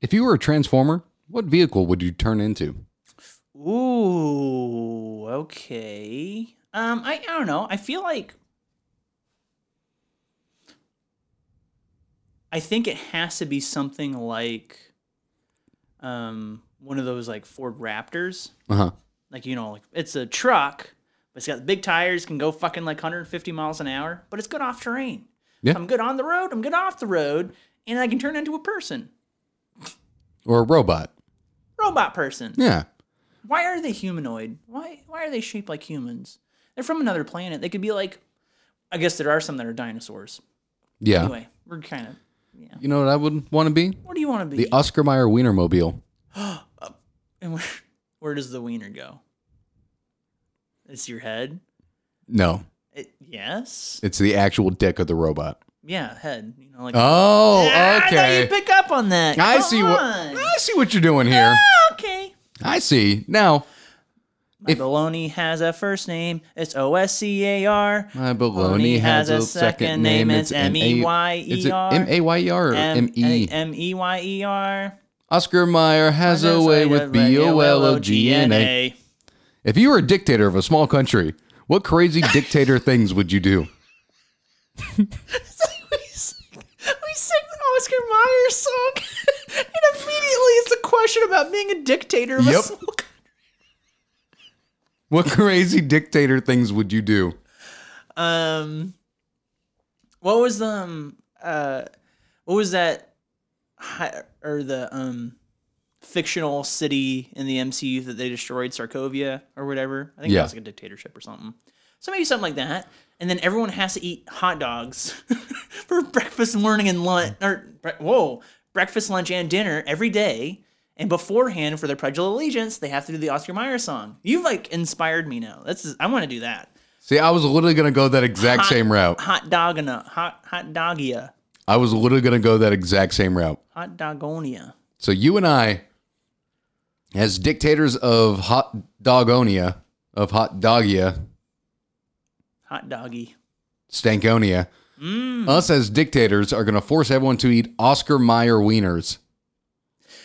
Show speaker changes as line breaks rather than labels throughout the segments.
If you were a transformer, what vehicle would you turn into?
Ooh, okay. Um, I, I don't know. I feel like I think it has to be something like um one of those like Ford Raptors.
Uh huh.
Like you know, like it's a truck, but it's got big tires, can go fucking like 150 miles an hour, but it's good off terrain.
Yeah.
I'm good on the road, I'm good off the road, and I can turn into a person.
Or a robot?
Robot person.
Yeah.
Why are they humanoid? Why why are they shaped like humans? They're from another planet. They could be like I guess there are some that are dinosaurs.
Yeah.
Anyway, we're kind of yeah.
You know what I would want to be?
What do you want to be?
The Oscar Mayer Wienermobile.
And where, where does the wiener go? It's your head?
No,
It, yes.
it's the actual dick of the robot.
Yeah, head. You know, like
Oh,
Ah, I thought
okay.
you pick up on that.
I
Come
see what
on. Ah,
I see what you're doing here.
Okay.
I see. Now,
My
If-
baloney has a first name. It's O S C A R.
my baloney has, a second name. It's
M E Y E R.
M A Y E R or M E?
M E Y E R.
Oscar Mayer has a way with B O L O G N A. If you were a dictator of a small country, what crazy dictator things would you do?
we sang we sang the Oscar Mayer song, and immediately it's a question about being a dictator of a
Yep.
small country.
What crazy dictator things would you do?
Um, what was the um, uh, what was that hi- or the um fictional city in the MCU that they destroyed, Sarkovia or whatever? I think
Yeah.
it was like a dictatorship or something. So maybe something like that. And then everyone has to eat hot dogs for breakfast, morning, and lunch. Or bre- whoa, breakfast, lunch, and dinner every day. And beforehand, for their pledge of allegiance, they have to do the Oscar Mayer song. You've like inspired me now. That's I want to do that
See, I was literally going to go that exact same route.
hot dogana hot hot dogia
I was literally going to go that exact same route.
hot dogonia
So you and I, as dictators of hot dogonia, of hot dogia,
hot doggy
stankonia,
Mm.
us as dictators are going to force everyone to eat Oscar Mayer wieners.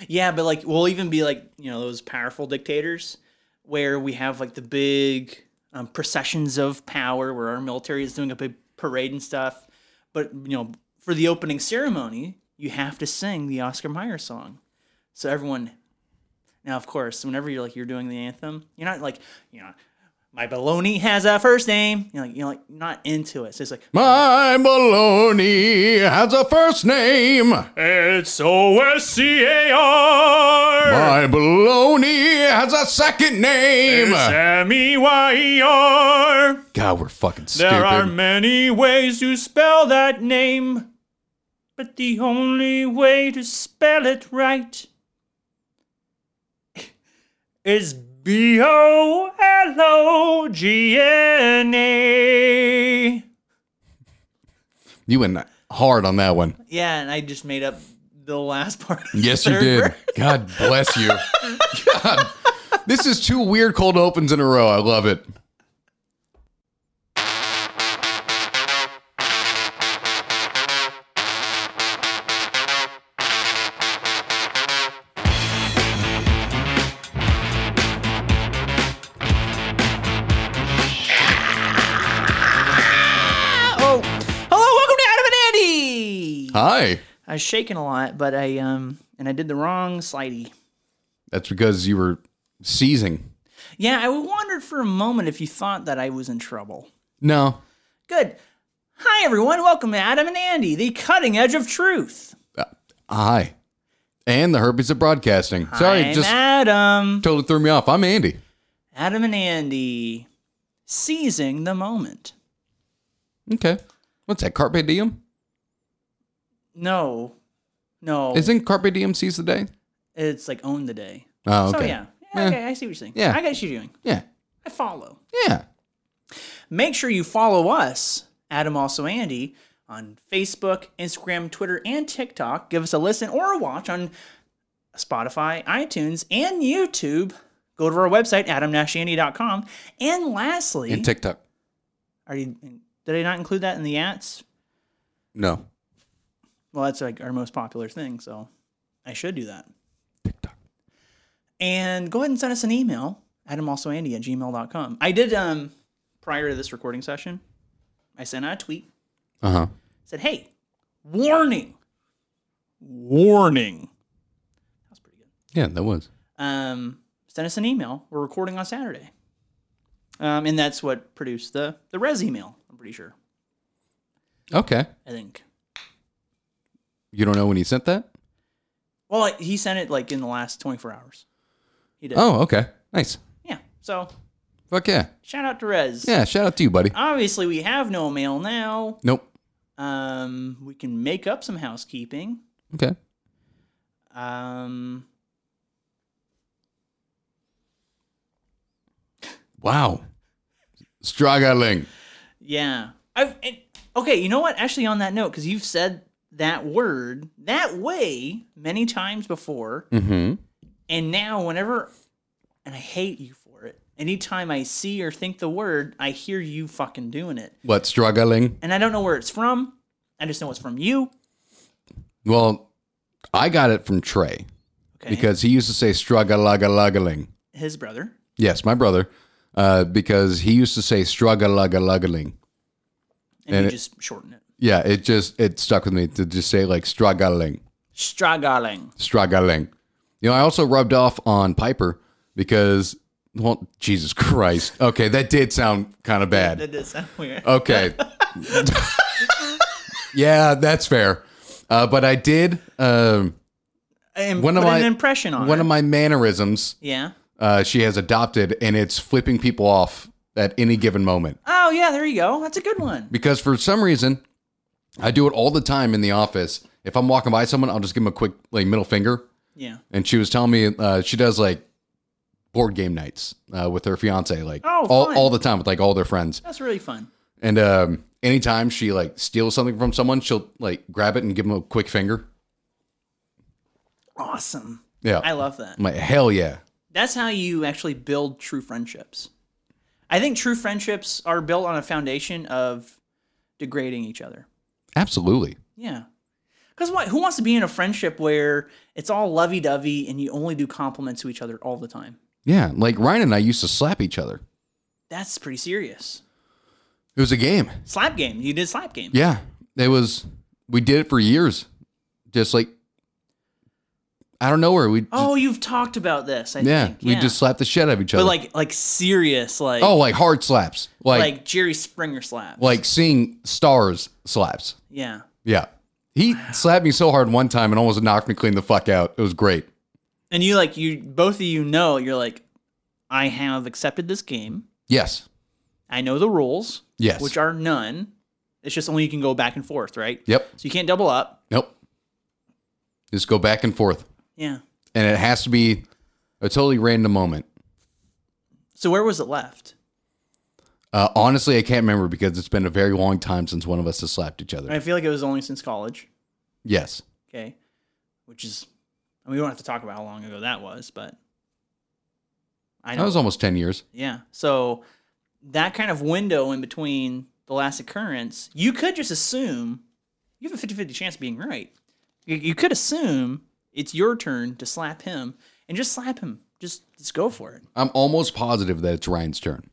yeah but like we'll even be like you know those powerful dictators where we have like the big um, processions of power where our military is doing a big parade and stuff but you know for the opening ceremony you have to sing the oscar Mayer song so everyone now of course whenever you're like you're doing the anthem you're not like you know my baloney has a first name you know like, you're like not into it so it's like
My baloney has a first name.
It's O S C A R.
My baloney has a second name.
M E Y E R.
God, we're fucking
There
stupid.
are many ways to spell that name, but the only way to spell it right is B O L O G N A.
you went hard on that one.
Yeah, and I just made up the last part. of the
Yes, you
third
did.
verse.
God bless you. God. This is two weird cold opens in a row. I love it.
Oh, hello, welcome to Adam and Andy.
Hi.
I was shaking a lot, but I um and I did the wrong slidey.
That's because you were seizing.
Yeah, I wondered for a moment if you thought that I was in trouble.
No.
Good. Hi everyone, welcome to Adam and Andy, the cutting edge of truth.
Hi. And the herpes of broadcasting. Sorry,
I'm
just
Adam.
totally threw me off. I'm Andy.
Adam and Andy seizing the moment.
Okay. What's that? Carpe diem?
No. No.
Isn't carpe diem seize the day?
it's like own the day.
Oh, okay.
So yeah. Yeah,
Eh.
okay, I see what you're saying.
Yeah.
I got what you're doing.
Yeah.
I follow.
Yeah.
Make sure you follow us, Adam Also Andy, on Facebook, Instagram, Twitter, and TikTok. Give us a listen or a watch on Spotify, iTunes, and YouTube. Go to our website, adamnashandy.com. And lastly,
And TikTok.
are you, did I not include that in the ats?
No.
Well, that's like our most popular thing, so I should do that. TikTok. And go ahead and send us an email, adamalsoandy at gmail.com. I did, um, prior to this recording session, I sent out a tweet,
Uh huh.
said, hey, warning, warning. That was pretty good.
Yeah, that was.
um, send us an email. We're recording on Saturday. Um, and that's what produced the, the res email, I'm pretty sure.
Okay.
I think.
You don't know when he sent that?
Well, like, he sent it like in the last 24 hours. He did.
Oh, okay. Nice.
Yeah. So
Fuck yeah.
shout out to Rez.
Yeah, shout out to you, buddy.
Obviously, we have no mail now.
Nope.
Um, we can make up some housekeeping.
Okay.
Um,
Wow. Struggling.
yeah. I've, and, okay. You know what? Actually, on that note, because you've said that word that way many times before,
Mm-hmm.
and now whenever, and I hate you for it. Anytime I see or think the word, I hear you fucking doing it.
What struggling?
and I don't know where it's from. I just know it's from you.
Well, I got it from Trey
Okay.
because he used to say struggling.
his brother.
Yes, my brother, uh, because he used to say struggling.
And,
And
you
it-
just shorten it.
Yeah, it just it stuck with me to just say like struggling.
Struggling.
struggling. You know, I also rubbed off on Piper because, well, Jesus Christ. Okay, that did sound kind of bad.
That does sound weird.
Okay. yeah, that's fair. Uh, but I did um,
and
one of
put
my-
an impression on
one
it.
of my mannerisms.
yeah.
Uh, she has adopted, and it's flipping people off at any given moment
Oh yeah, there you go. That's a good one.
because for some reason, I do it all the time in the office. If I'm walking by someone, I'll just give them a quick like middle finger,
Yeah.
and she was telling me uh, she does like board game nights uh, with her fiance like
Oh,
all,
fun.
all the time with like all their friends
That's really fun.
and um, anytime she like steals something from someone she'll like grab it and give them a quick finger
Awesome.
yeah
I love that.
i'm like hell yeah
That's how you actually build true friendships. I think true friendships are built on a foundation of degrading each other.
absolutely
Yeah. Because what? Who wants to be in a friendship where it's all lovey-dovey and you only do compliments to each other all the time?
yeah like ryan and i used to slap each other
That's pretty serious.
it was a game
Slap game. You did slap game.
yeah it was we did it for years just like out of nowhere we just,
Oh, you've talked about this. I
yeah
think.
we just slapped the shit out of each other
but like like serious like
oh like hard slaps like like,
like Jerry Springer slaps.
seeing stars slaps
yeah.
Yeah. He slapped me so hard one time and almost knocked me clean the fuck out. It was great.
And you like you both of you know you're like I have accepted this game.
Yes.
I know the rules,
Yes.
which are none. It's just only you can go back and forth, right?
Yep.
So you can't double up.
Nope. Just go back and forth.
Yeah.
And it has to be a totally random moment.
So where was it left?
Uh, honestly, I can't remember because it's been a very long time since one of us has slapped each other.
I feel like it was only since college.
Yes.
Okay. Which is and we don't have to talk about how long ago that was, but I
That
know
was almost 10 years.
Yeah. So that kind of window in between the last occurrence, you could just assume you have a 50 50 chance of being right. You, you could assume it's your turn to slap him and just slap him. Just, just go for it.
I'm almost positive that it's Ryan's turn.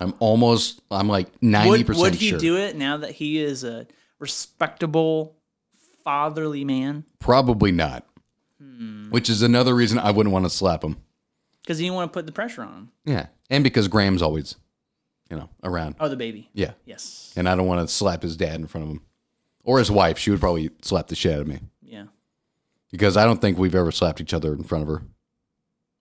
I'm almost, I'm like 90%
would, would he
sure.
do it now that he is a respectable, fatherly man?
Probably not,
Hmm.
which is another reason I wouldn't want to slap him.
Because he didn't want to put the pressure on him.
Yeah. And because Graham's always, you know, around.
Oh, the baby.
Yeah.
Yes.
and I don't want to slap his dad in front of him or his wife. She would probably slap the shit out of me
Yeah.
because I don't think we've ever slapped each other in front of her.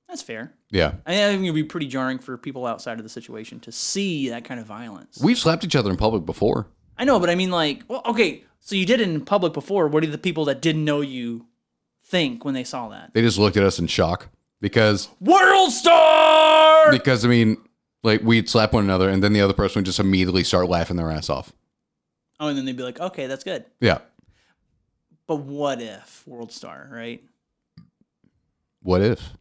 That's fair.
Yeah,
I think it would be pretty jarring for people outside of the situation to see that kind of violence.
we've slapped each other in public before.
I know, but I mean, like, well, okay, so you did it in public before. What do the people that didn't know you think when they saw that?
They just looked at us in shock because
World star!
because I mean, like we'd slap one another and then the other person would just immediately start laughing their ass off.
Oh, and then they'd be like, okay, that's good.
Yeah.
But what if world star, right?
What if?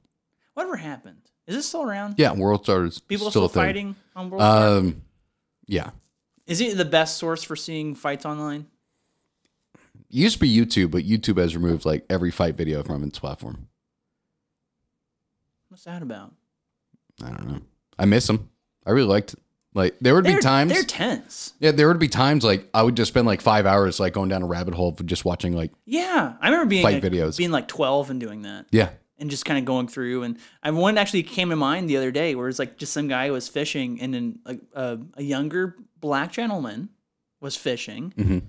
Whatever happened? Is this still around?
Yeah, World Star is
people are
still,
still,
a thing.
fighting on world star.
Um, yeah,
Is it the best source for seeing fights online?
used to be YouTube, but YouTube has removed like every fight video from its platform.
What's that about?
I don't know. I miss them. I really liked like there would
They're,
be times
they're tense.
yeah there would be times like I would just spend like five hours like going down a rabbit hole for just watching like
Yeah, I remember being
Fight
like,
videos.
being like twelve and doing that.
yeah
and just kind of going through. And I one actually came to mind the other day where it's like just some guy was fishing, and then a, a, a younger black gentleman was fishing.
Mhm.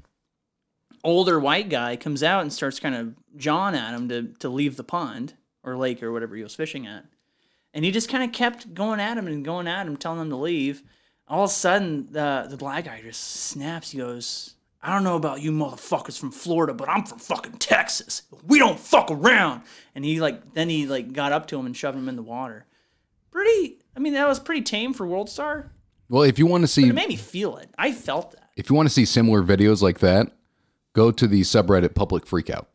Older white guy comes out and starts kind of jawing at him to to leave the pond or lake or whatever he was fishing at, and he just kind of kept going at him and going at him, telling him to leave. All of a sudden, the the black guy just snaps. He goes. I don't know about you motherfuckers from Florida, but I'm from fucking Texas. We don't fuck around. And he like then he like got up to him and shoved him in the water. Pretty I mean that was pretty tame for World Star.
well if you want to see
It made me feel it. I felt that.
if you want to see similar videos like that go to the subreddit public freakout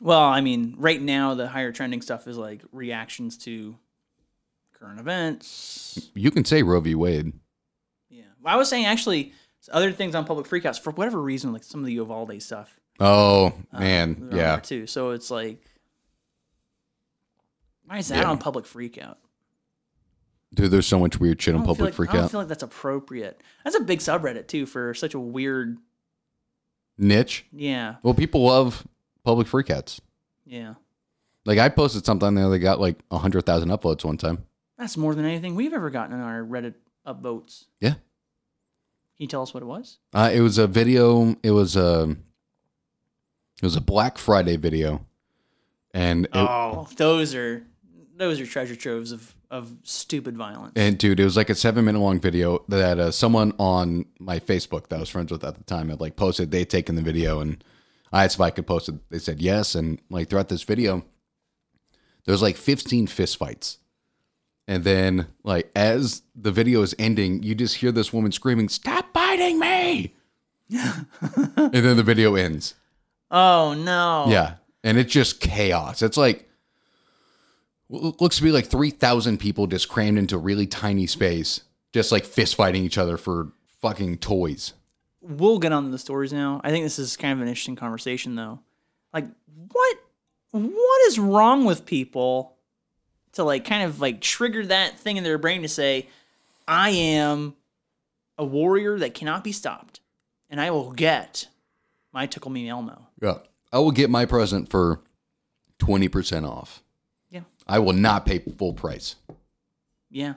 Well, I mean, right now the higher trending stuff is like reactions to current events.
you can say Roe v Wade
Yeah. Well, I was saying actually other things on public freakouts for whatever reason like some of the Uvalde stuff
oh
uh, was
man
on
yeah
there too. So it's like why is that
Yeah.
on public freakout?
dude there's so much weird shit on
I don't feel
public
like- I don't
freakout
feel like that's appropriate. That's a big subreddit too for such a weird.
niche
Yeah,
well people love public freakouts
yeah.
like I posted something there that got like hundred thousand uploads one time
That's more than anything we've ever gotten on our Reddit upvotes.
yeah
Can you tell us what it was?
Uh, it was a video. It was a it was a Black Friday video, and it,
oh, those are those are treasure troves of of stupid violence.
and dude, it was like a seven minute long video that uh, someone on my Facebook that I was friends with at the time had like posted. They would taken the video, and I asked if I could post it. They said yes, and like throughout this video, there's like 15 fist fights. And then, like, as the video is ending, you just hear this woman screaming, Stop biting me! and then the video ends.
oh no.
Yeah. And it's just chaos. It's like, w- looks to be like 3,000 people just crammed into a really tiny space, just like fist fighting each other for fucking toys.
We'll get on to the stories now. I think this is kind of an interesting conversation though. Like what what is wrong with people to like kind of like trigger that thing in their brain to say, I am a warrior that cannot be stopped, and I will get my tickle me Elmo.
Yeah. I will get my present for 20% off.
Yeah.
I will not pay full price.
Yeah.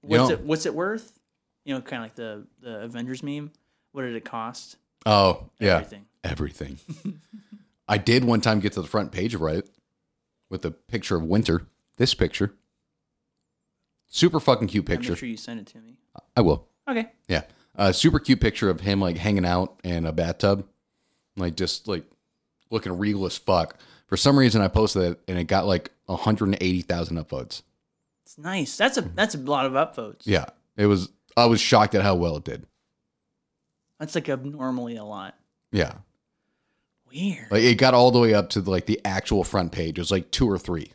What's
know-
it what's it worth? You know, kinda like the, the Avengers meme. What did it cost?
Oh, yeah.
Everything.
Everything. I did one time get to the front page of Reddit with a picture of winter. This picture. Super fucking cute
Yeah,
picture.
Make sure you send it to me.
I will.
Okay.
Yeah. A super cute picture of him like hanging out in a bathtub, like just like looking regal as fuck. For some reason, I posted it and it got like 180,000 upvotes.
It's nice. That's a that's a lot of upvotes.
Yeah. It was, I was shocked at how well it did.
That's like abnormally a lot.
Yeah.
Weird.
Like it got all the way up to like the actual front page. It was like two or three.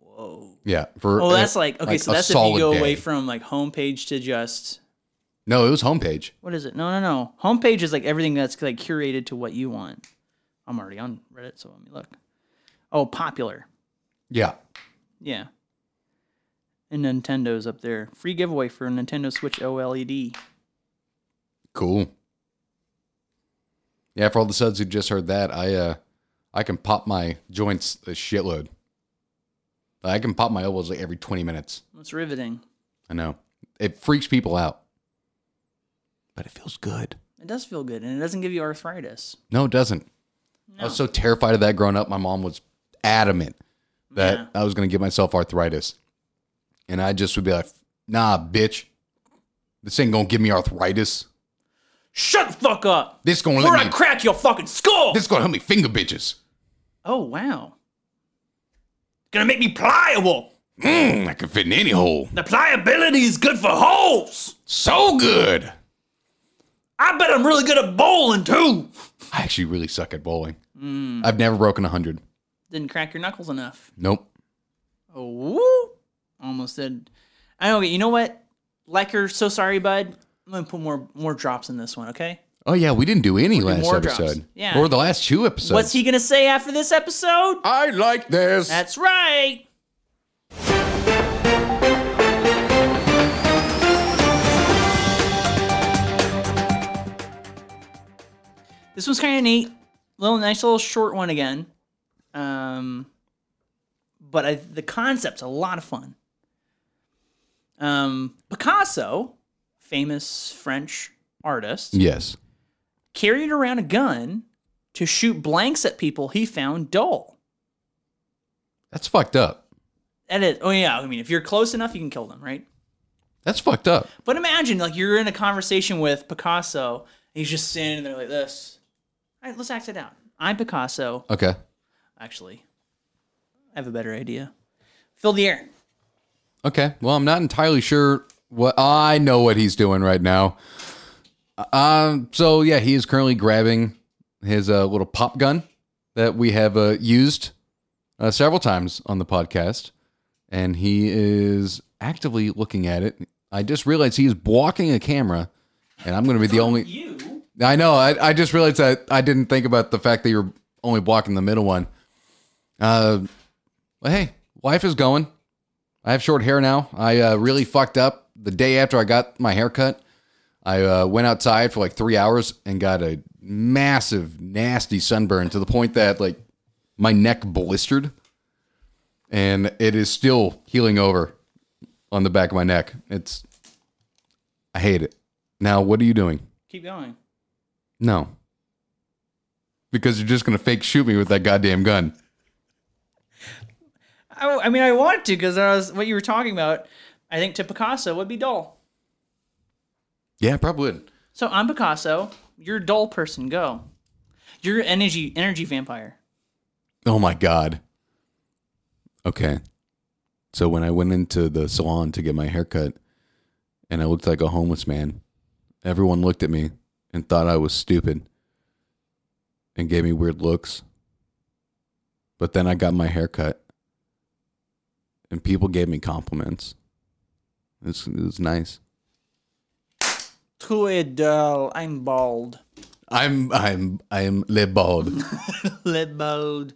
Whoa.
Yeah. For,
Oh, that's like okay,
like
so
a
that's if you
solid
go
day.
away from like homepage to just
no, it was homepage.
what is it? No, no, no. Homepage is like everything that's like curated to what you want. I'm already on Reddit, so let me look. Oh, popular.
Yeah.
Yeah. And Nintendo's up there. Free giveaway for a Nintendo Switch E OLED.
Cool. Yeah. For all the suds who just heard that, I, uh, I can pop my joints a shitload. I can pop my elbows like every 20 minutes.
That's riveting.
I know. It freaks people out. But it feels good.
It does feel good, and it doesn't give you arthritis.
No, it doesn't. I was Oh, so terrified of that growing up. My mom was adamant that
Yeah.
I was going to give myself arthritis. And I just would be like, nah, bitch. This ain't going to give me arthritis.
Shut the fuck up!
This going to
Or I
let me,
crack your fucking skull!
this going to help me finger bitches.
Oh, wow. Gonna make me pliable!
Mmm, I can fit in any hole.
The pliability is good for holes!
So good.
I bet I'm really good at bowling too!
I actually really suck at bowling.
Mm.
I've never broken a 100.
Didn't crack your knuckles enough.
Nope.
Oh, woo. almost said. I don't get. You know what, Lecker? So sorry, bud. I'm gonna put more more drops in this one. Okay.
Oh yeah, we didn't do any last
more drops.
episode.
Yeah.
Or the last two episodes.
What's he gonna say after this episode?
I like this.
That's right. This one's kind of neat. Little nice little short one again. Um, but I, the concept's a lot of fun. Um, Picasso, famous French artist,
yes.
carried around a gun to shoot blanks at people he found dull.
That's fucked up.
That is, oh yeah. I mean, if you're close enough, you can kill them, right?
That's fucked up.
But imagine like you're in a conversation with Picasso, and he's just standing there like this. All right, let's act it out. I'm Picasso.
Okay.
Actually, I have a better idea. Fill the air.
Okay. Well, I'm not entirely sure what I know what he's doing right now. Um. So yeah, he is currently grabbing his uh, little pop gun that we have uh, used uh, several times on the podcast, and he is actively looking at it. I just realized he is blocking a camera, and I'm going to be the only.
You.
I know. I, I just realized that I didn't think about the fact that you're only blocking the middle one. Uh, well, hey, life is going. I have short hair now. I uh, really fucked up the day after I got my hair cut. I uh, went outside for like three hours and got a massive, nasty sunburn to the point that like my neck blistered, and it is still healing over on the back of my neck. It's I hate it. Now, what are you doing?
Keep going.
No. Because you're just going to fake shoot me with that goddamn gun.
I, I mean, I want to because I was what you were talking about. I think to Picasso would be dull.
Yeah, probably would.
So I'm Picasso. You're a dull person. Go. You're energy energy vampire.
Oh my God. Okay. So when I went into the salon to get my haircut and I looked like a homeless man, everyone looked at me and thought I was stupid and gave me weird looks. But then I got my haircut and people gave me compliments. It's, it was nice.
Too a dull. I'm bald.
I'm I'm I'm le bald.
Let bald.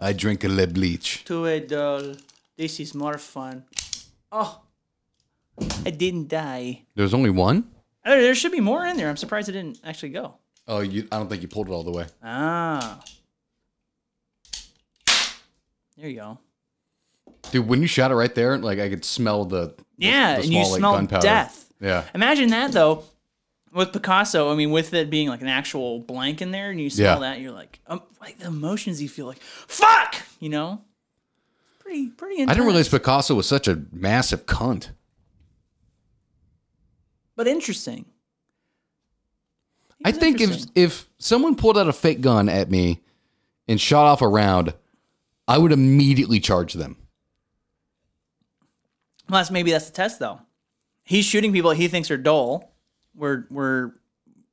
I drink a le bleach.
to a doll. This is more fun. Oh, I didn't die.
There's only one?
Oh, there should be more in there. I'm surprised it didn't actually go.
Oh, you I don't think you pulled it all the way.
Ah. There you go.
Dude, when you shot it right there, like I could smell the, the-
Yeah,
the
and you
small, like,
smell
gunpowder.
death.
Yeah.
Imagine that though, with Picasso. I mean, with it being like an actual blank in there, and you smell
Yeah.
that, you're like, um, like the emotions you feel, like fuck, you know. Pretty, pretty. Intense.
I didn't realize Picasso was such a massive cunt.
but interesting. It
I
was
think if
interesting.
if someone pulled out a fake gun at me and shot off a round, I would immediately charge them.
Well, that's maybe that's the test though. He's shooting people he thinks are dull. We're we're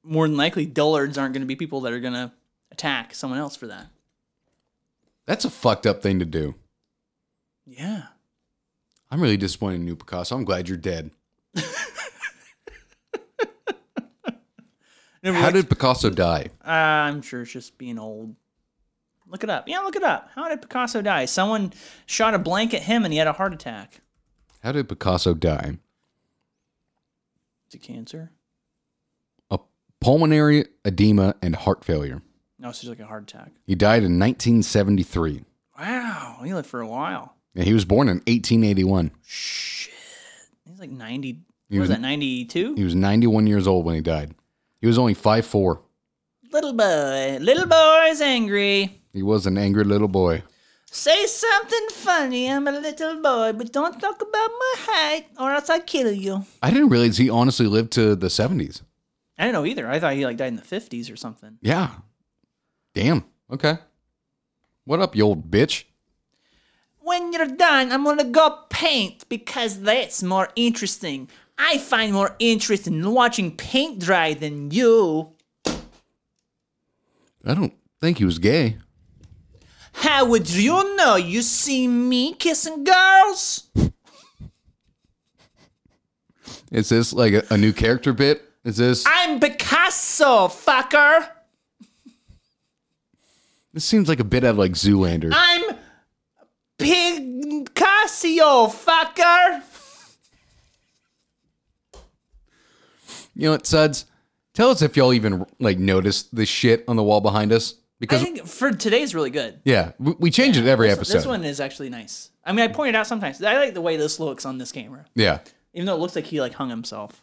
more than likely dullards aren't going to be people that are going to attack someone else for that.
That's a fucked up thing to do.
Yeah.
I'm really disappointed in you, Picasso. I'm glad you're dead.
Never
How
looked-
did Picasso die?
uh, I'm sure it's just being old. Look it up. Yeah, look it up. How did Picasso die? Someone shot a blank at him and he had a heart attack.
How did Picasso die?
Is it cancer?
a pulmonary edema and heart failure.
No, it's just like a heart attack.
He died in 1973,
Wow, he lived for a while.
and he was born in 1881.
Shit, he's like ninety.
He
What was
was-
that? Ninety-two.
He was 91 years old when he died. He was only 5'4".
Little boy, little boy's angry.
He was an angry little boy.
Say something funny. I'm a little boy, but don't talk about my height, or else I kill you.
I didn't realize he honestly lived to the 70s.
I didn't know either. I thought he like died in the fifties or something.
Yeah. Damn. Okay. What up, you old bitch?
When you're done, I'm gonna go paint because that's more interesting. I find more interest in watching paint dry than you.
I don't think he was gay.
How would you know? You see me kissing girls?
Is this like a, a new character bit? Is this?
I'm Picasso, fucker.
This seems like a bit out of like Zoolander.
I'm Picasso, fucker.
You know what, Suds? Tell us if y'all even like noticed the shit on the wall behind us.
I
Because
think for today's really good.
yeah, we, we change it every
This-
episode.
This one is actually nice. I mean, I pointed out sometimes. I like the way this looks on this camera,
Yeah,
even though it looks like he like hung himself.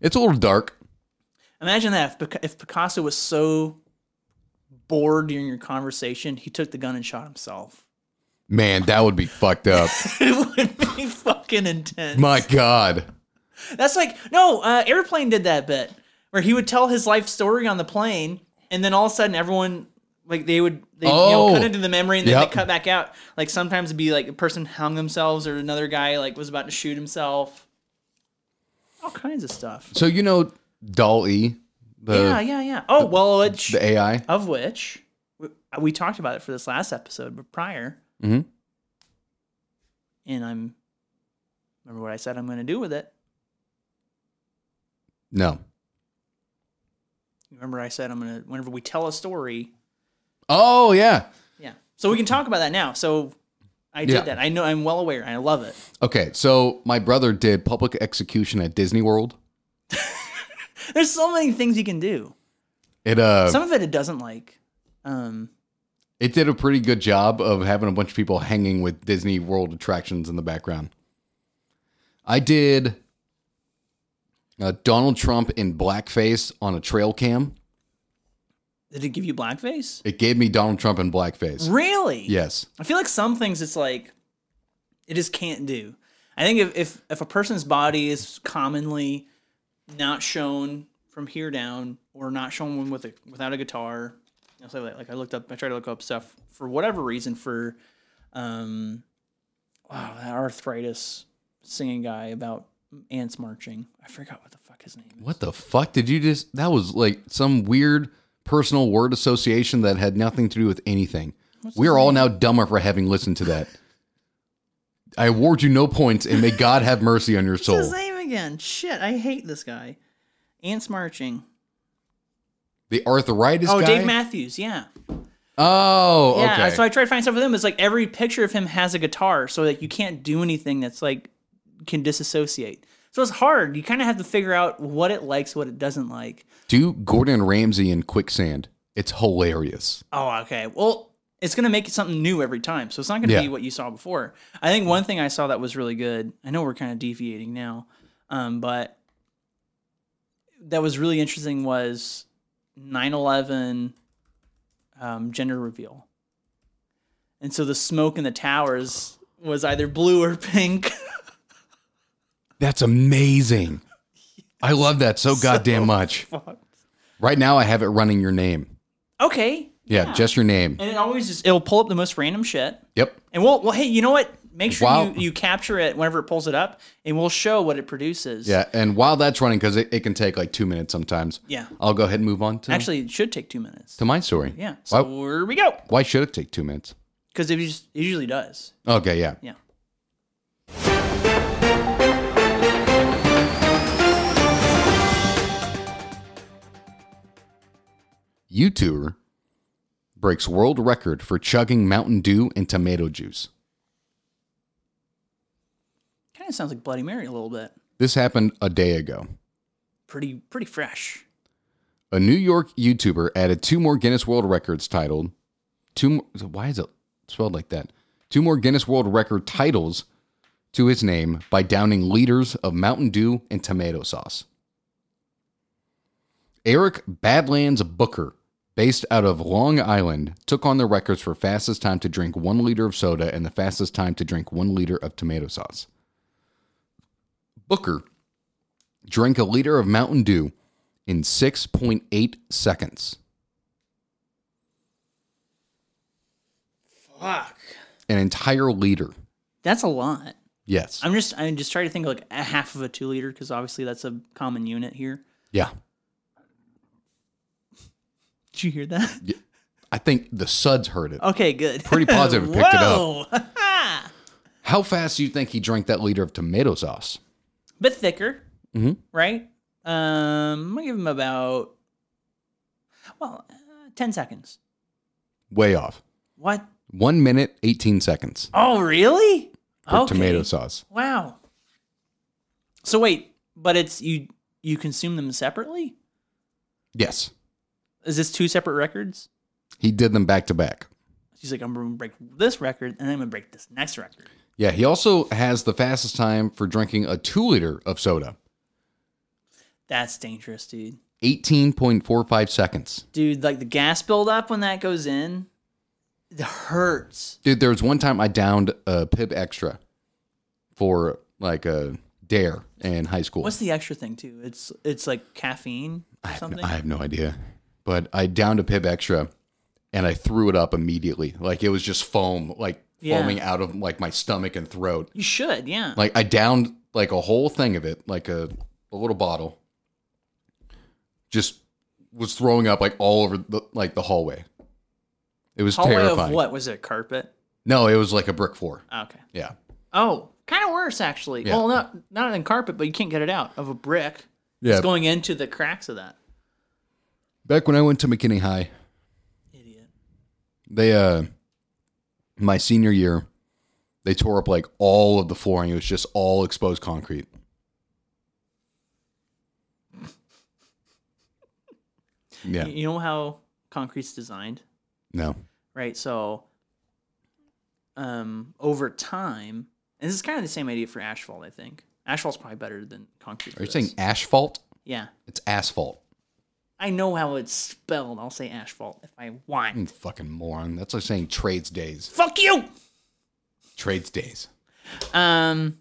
it's a little dark.
Imagine that if, Pic- if Picasso was so bored during your conversation, he took the gun and shot himself.
Man, that would be fucked up.
it would be fucking intense.
My God.
That's like no uh, airplane did that bit where he would tell his life story on the plane, and then all of a sudden everyone like they would they you know,
Oh.
cut into the memory and then
Yep.
they cut back out. Like sometimes it'd be like a person hung themselves or another guy like was about to shoot himself. All kinds of stuff.
So you know Doll E, the
yeah, yeah, yeah. Oh well, which
the AI.
of which we, we talked about it for this last episode, but prior,
Mhm.
and I'm remember what I said I'm going to do with it.
No.
Remember I said I'm going to whenever we tell a story,
Oh yeah.
Yeah. So we can talk about that now. So I did
Yeah.
that. I know I'm well aware. I love it.
Okay, so my brother did public execution at Disney World.
There's so many things you can do.
It uh
Some of it it doesn't like. Um
it did a pretty good job of having a bunch of people hanging with Disney World attractions in the background. I did uh, Donald Trump in blackface on a trail cam.
did it give you blackface?
It gave me Donald Trump in blackface.
Really?
Yes.
I feel like some things it's like it just can't do. I think if if, if a person's body is commonly not shown from here down or not shown with a without a guitar, you know, so like, like I looked up I tried to look up stuff for whatever reason for um wow that arthritis singing guy about ants marching. I forgot what the fuck his name is.
What the fuck did you just? That was like some weird personal word association that had nothing to do with anything. we are all now dumber for having listened to that. I award you no points, and may God have mercy on your
What's his
soul.
name again? Shit, I hate this guy. Ants marching.
The arthritis
Oh,
guy.
Dave Matthews, yeah.
oh,
Yeah,
okay.
so I tried to find stuff with him. It's like every picture of him has a guitar, so like you can't do anything that's like can disassociate. So it's hard. You kind of have to figure out what it likes, what it doesn't like.
do Gordon Ramsay in quicksand. It's hilarious.
Oh, okay. Well, it's gonna make it something new every time, so it's not gonna
Yeah.
be what you saw before. I think one thing I saw that was really good. I know we're kind of deviating now, um, but that was really interesting was 9/11 um, gender reveal, and so the smoke in the towers was either blue or pink.
That's amazing. I love that so goddamn much.
Fuck.
Right now, I have it running your name.
okay,
Yeah, just your name.
and it always just it'll pull up the most random shit.
Yep.
And we'll, well, hey, you know what? Make sure
Wow.
you, you capture it whenever it pulls it up, and we'll show what it produces.
Yeah, and while that's running, because it, it can take like two minutes sometimes.
Yeah.
I'll go ahead and move on to
Actually, it should take two minutes.
to my story.
Yeah. So here we go.
Why should it take two minutes?
Because it, us- it usually does.
Okay, yeah.
Yeah.
YouTuber breaks world record for chugging Mountain Dew and tomato juice.
Kind of sounds like Bloody Mary a little bit.
This happened a day ago.
Pretty pretty fresh.
A New York YouTuber added two more Guinness World Records titled two. More, why is it spelled like that? Two more Guinness World Record titles to his name by downing liters of Mountain Dew and tomato sauce. Eric Badlands Booker, based out of Long Island, took on the records for fastest time to drink one liter of soda and the fastest time to drink one liter of tomato sauce. Booker drank a liter of Mountain Dew in 6.8 seconds.
Fuck.
An entire liter.
That's a lot.
Yes.
I'm just I'm just trying to think of like a half of a two liter because obviously that's a common unit here.
yeah.
Did you hear that?
I think the suds heard it.
Okay, good.
Pretty positive it picked it up.
Whoa! it up.
How fast do you think he drank that liter of tomato sauce?
Bit thicker. Mm-hmm. Right. Um, I'm gonna give him about well, uh, ten seconds.
Way off.
What?
One minute, 18 seconds
Oh, really?
for tomato sauce.
Wow. So wait, but it's you you consume them separately?
Yes.
Is this two separate records?
He did them back to back.
She's like, I'm gonna break this record and then I'm gonna break this next record.
Yeah. He also has the fastest time for drinking a two liter of soda
That's dangerous, dude.
18.45 seconds.
Dude, like the gas buildup when that goes in, it hurts.
Dude, there was one time I downed a Pib Extra for like a dare in high school.
What's the extra thing too? It's it's like caffeine
I
or
have,
something.
no, I have no idea. But I downed a Pib Extra and I threw it up immediately. Like it was just foam, like
Yeah.
foaming out of like my stomach and throat.
you should, yeah.
Like I downed like a whole thing of it, like a, a little bottle. Just was throwing up like all over the like the hallway. It was
Hallway
terrifying.
of what? Was it a carpet?
No, it was like a brick floor.
Okay.
Yeah.
Oh, kind of worse actually.
Yeah.
Well, not not in carpet, but you can't get it out of a brick.
Yeah.
It's going into the cracks of that.
Back when I went to McKinney High,
Idiot.
they uh my senior year they tore up like all of the flooring it was just all exposed concrete yeah
You know how concrete's designed,
no
right? So, um, over time, and this is kind of the same idea for asphalt. I think asphalt's probably better than concrete. for
are you
this.
saying asphalt
Yeah,
it's asphalt
I know how it's spelled. I'll say asphalt if I want.
You fucking moron that's like saying trades days
Fuck you.
trades days
Um,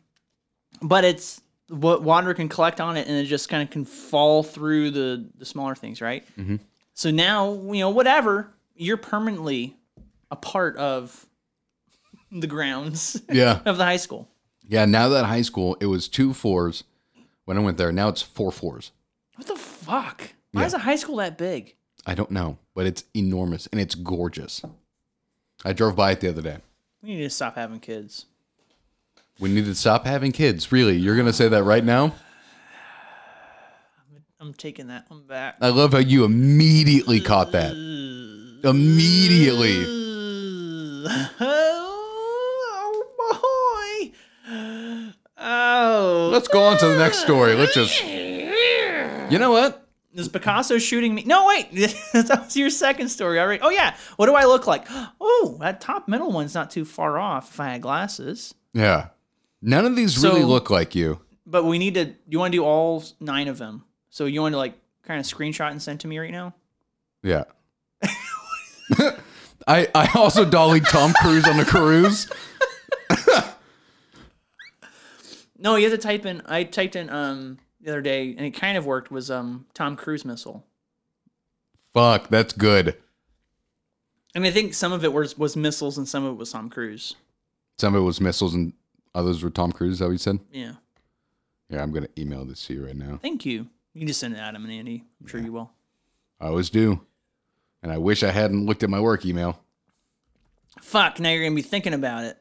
but it's what water can collect on it, and it just kind of can fall through the the smaller things, right? Mm-hmm. So now you know whatever you're permanently a part of the grounds
yeah
of the high school.
yeah now that high school it was two fours when i went there now it's four fours
What the fuck? Why is a high school that big?
i don't know but it's enormous and it's gorgeous i drove by it the other day
We need to stop having kids.
We need to stop having kids. Really, you're gonna say that right now?
I'm taking that one back.
I love how you immediately caught that. Immediately.
oh boy. Oh.
Let's go on to the next story. Let's just. You know what?
Is Picasso shooting me? No, wait. that was your second story already. Oh, yeah. What do I look like? Oh, that top middle one's not too far off if I had glasses.
Yeah. None of these really
So-
look like you.
But we need to, you want to do all nine of them. So you want to like kind of screenshot and send to me right now?
Yeah. I I also dollied Tom Cruise on the cruise.
No, you have to type in, I typed in um the other day and it kind of worked was um Tom Cruise missile.
Fuck, that's good.
I mean, I think some of it was, was missiles and some of it was Tom Cruise.
Some of it was missiles and others were Tom Cruise. Is that what you said?
Yeah.
Yeah, I'm gonna email this to you right now.
Thank you. You can just send it to Adam and Andy. I'm sure you will.
I always do, and I wish I hadn't looked at my work email.
Fuck, now you're going to be thinking about it.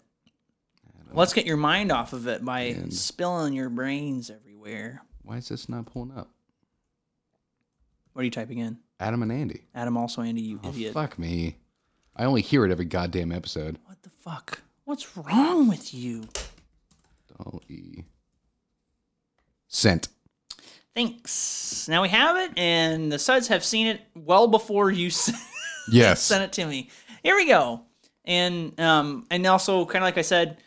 Let's get your mind off of it by spilling your brains everywhere.
Why is this not pulling up?
What are you typing in?
Adam and Andy.
Adam, also Andy, you idiot.
Oh, Fuck me. I only hear it every goddamn episode.
What the fuck? What's wrong with you?
L E. Sent.
Thanks. Now we have it, and the suds have seen it well before you s-
Yes.
sent it to me. Here we go. And um, and also kind of like I said,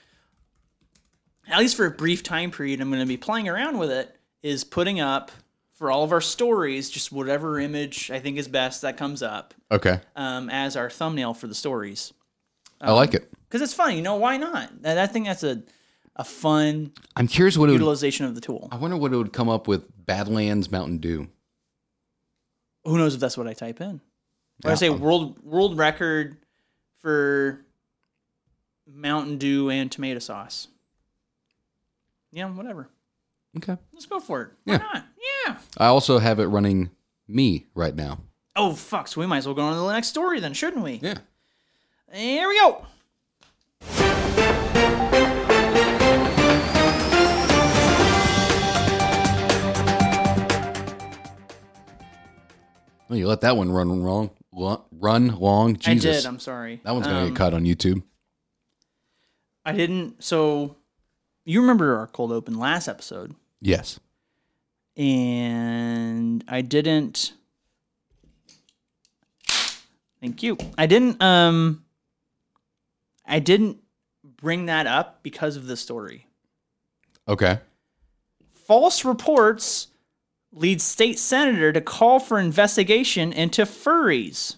at least for a brief time period, I'm going to be playing around with it. Is putting up for all of our stories just whatever image I think is best that comes up
Okay.
um, as our thumbnail for the stories Um,
I like it.
because it's fun. You know why not? I, I think that's a a fun
I'm curious what it would.
utilization of the tool.
I wonder what it would come up with Badlands Mountain Dew.
Who knows if that's what I type in? When I say
Yeah.
world world record for Mountain Dew and tomato sauce. Yeah, whatever.
Okay.
Let's go for it.
Yeah.
Why not? Yeah.
I also have it running me right now.
Oh fuck! So we might as well go on to the next story then, shouldn't we?
Yeah.
Here we go.
Oh, you let that one run wrong, lo- run long. Jesus,
I did. I'm sorry.
that one's gonna
Um,
get cut on YouTube.
I didn't. So you remember our cold open last episode,
Yes.
and I didn't. Thank you. I didn't. Um, I didn't bring that up because of the story.
Okay.
False reports lead state senator to call for investigation into furries.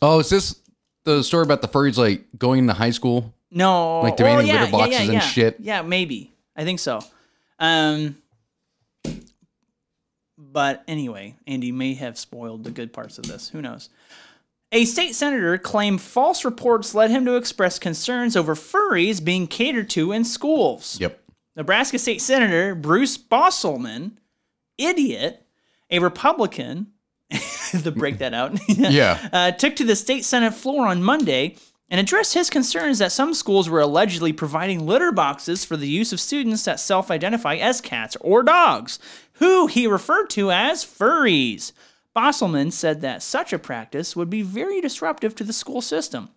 Oh, is this the story about the furries like going to high school?
No,
Like
well,
demanding
yeah,
litter
yeah,
boxes
yeah,
and
yeah.
shit?
Yeah, maybe. I think so. Um, but anyway, Andy may have spoiled the good parts of this. Who knows? A state senator claimed false reports led him to express concerns over furries being catered to in schools.
Yep.
Nebraska State Senator Bruce Bosselman, idiot, a Republican, the break that out,
Yeah.
uh, took to the state senate floor on Monday and addressed his concerns that some schools were allegedly providing litter boxes for the use of students that self-identify as cats or dogs, who he referred to as furries. Bosselman said that such a practice would be very disruptive to the school system.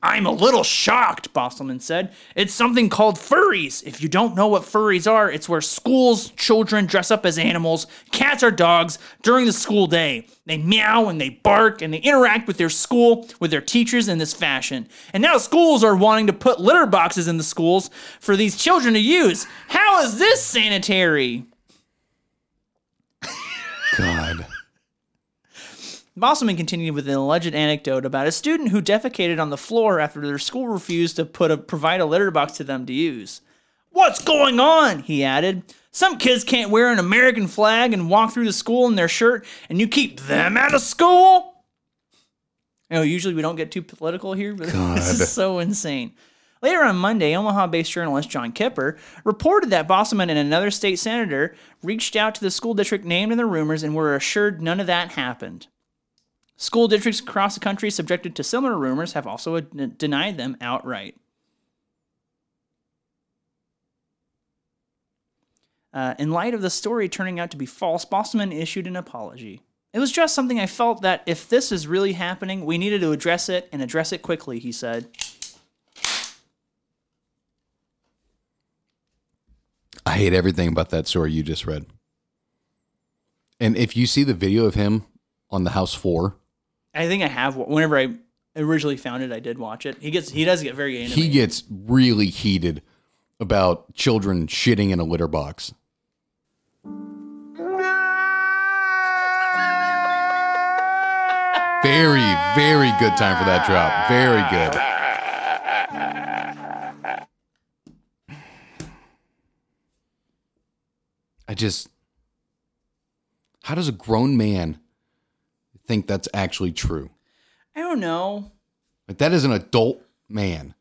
I'm a little shocked, Bosselman said. It's something called furries. If you don't know what furries are, it's where schools children dress up as animals, cats or dogs, during the school day. They meow and they bark and they interact with their school, with their teachers in this fashion. And now schools are wanting to put litter boxes in the schools for these children to use. How is this sanitary?
God.
Bosselman continued with an alleged anecdote about a student who defecated on the floor after their school refused to put a, provide a litter box to them to use. What's going on? He added. Some kids can't wear an American flag and walk through the school in their shirt, and you keep them out of school? You know, usually we don't get too political here, but this
God.
is so insane. Later on Monday, Omaha based journalist John Kipper reported that Bosselman and another state senator reached out to the school district named in the rumors and were assured none of that happened. School districts across the country subjected to similar rumors have also uh, n- denied them outright. Uh, in light of the story turning out to be false, Bosman issued an apology. It was just something I felt that if this is really happening, we needed to address it and address it quickly, he said.
I hate everything about that story you just read. And if you see the video of him on the house floor,
I think I have. Whenever I originally found it, I did watch it. He gets he does get very animated.
he gets really heated about children shitting in a litter box. Very, very good time for that drop. Very good. I just, how does a grown man think that's actually true?
I don't know.
Like, that is an adult man.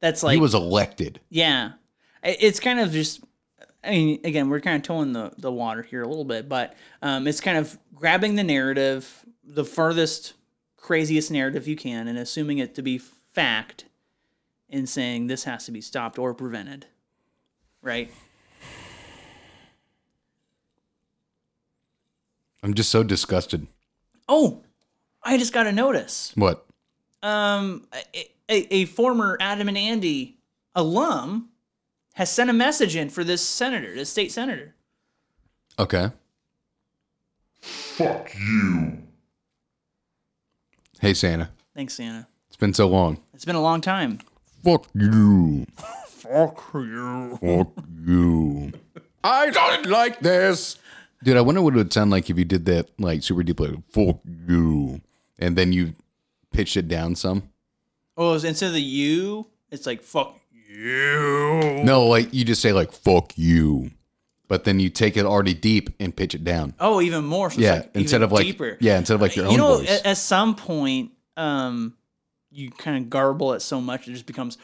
That's like
he was elected.
Yeah, I- it's kind of just. I mean, again, we're kind of towing the the water here a little bit, but um, it's kind of grabbing the narrative, the furthest, craziest narrative you can, and assuming it to be fact, and saying this has to be stopped or prevented, right?
I'm just so disgusted.
Oh, I just got a notice.
What?
Um, a, a, a former Adam and Andy alum has sent a message in for this senator, this state senator.
Okay.
Fuck you.
Hey Santa.
Thanks, Santa.
It's been so long.
It's been a long time.
Fuck you.
Fuck you.
Fuck you. I don't like this. Dude, I wonder what it would sound like if you did that like super deep like fuck you. And then you pitched it down some.
Oh, so instead of the you, it's like fuck you.
No, like you just say like fuck you. But then you take it already deep and pitch it down.
Oh, even more. So it's
yeah.
like even
instead of like
deeper.
Yeah, instead of like your
you
own
know,
voice.
at, at some point, um, you kind of garble it so much it just becomes.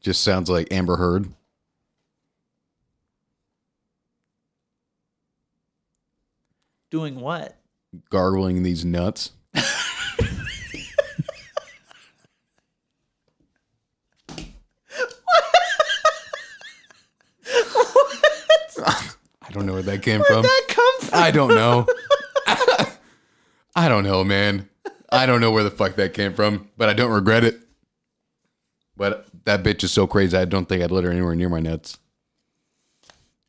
just sounds like Amber Heard.
Doing what?
gargling these nuts. I don't know what where that came from.
that come from?
I don't know. I don't know, man. I don't know where the fuck that came from, but I don't regret it. But that bitch is so crazy. I don't think I'd let her anywhere near my nuts.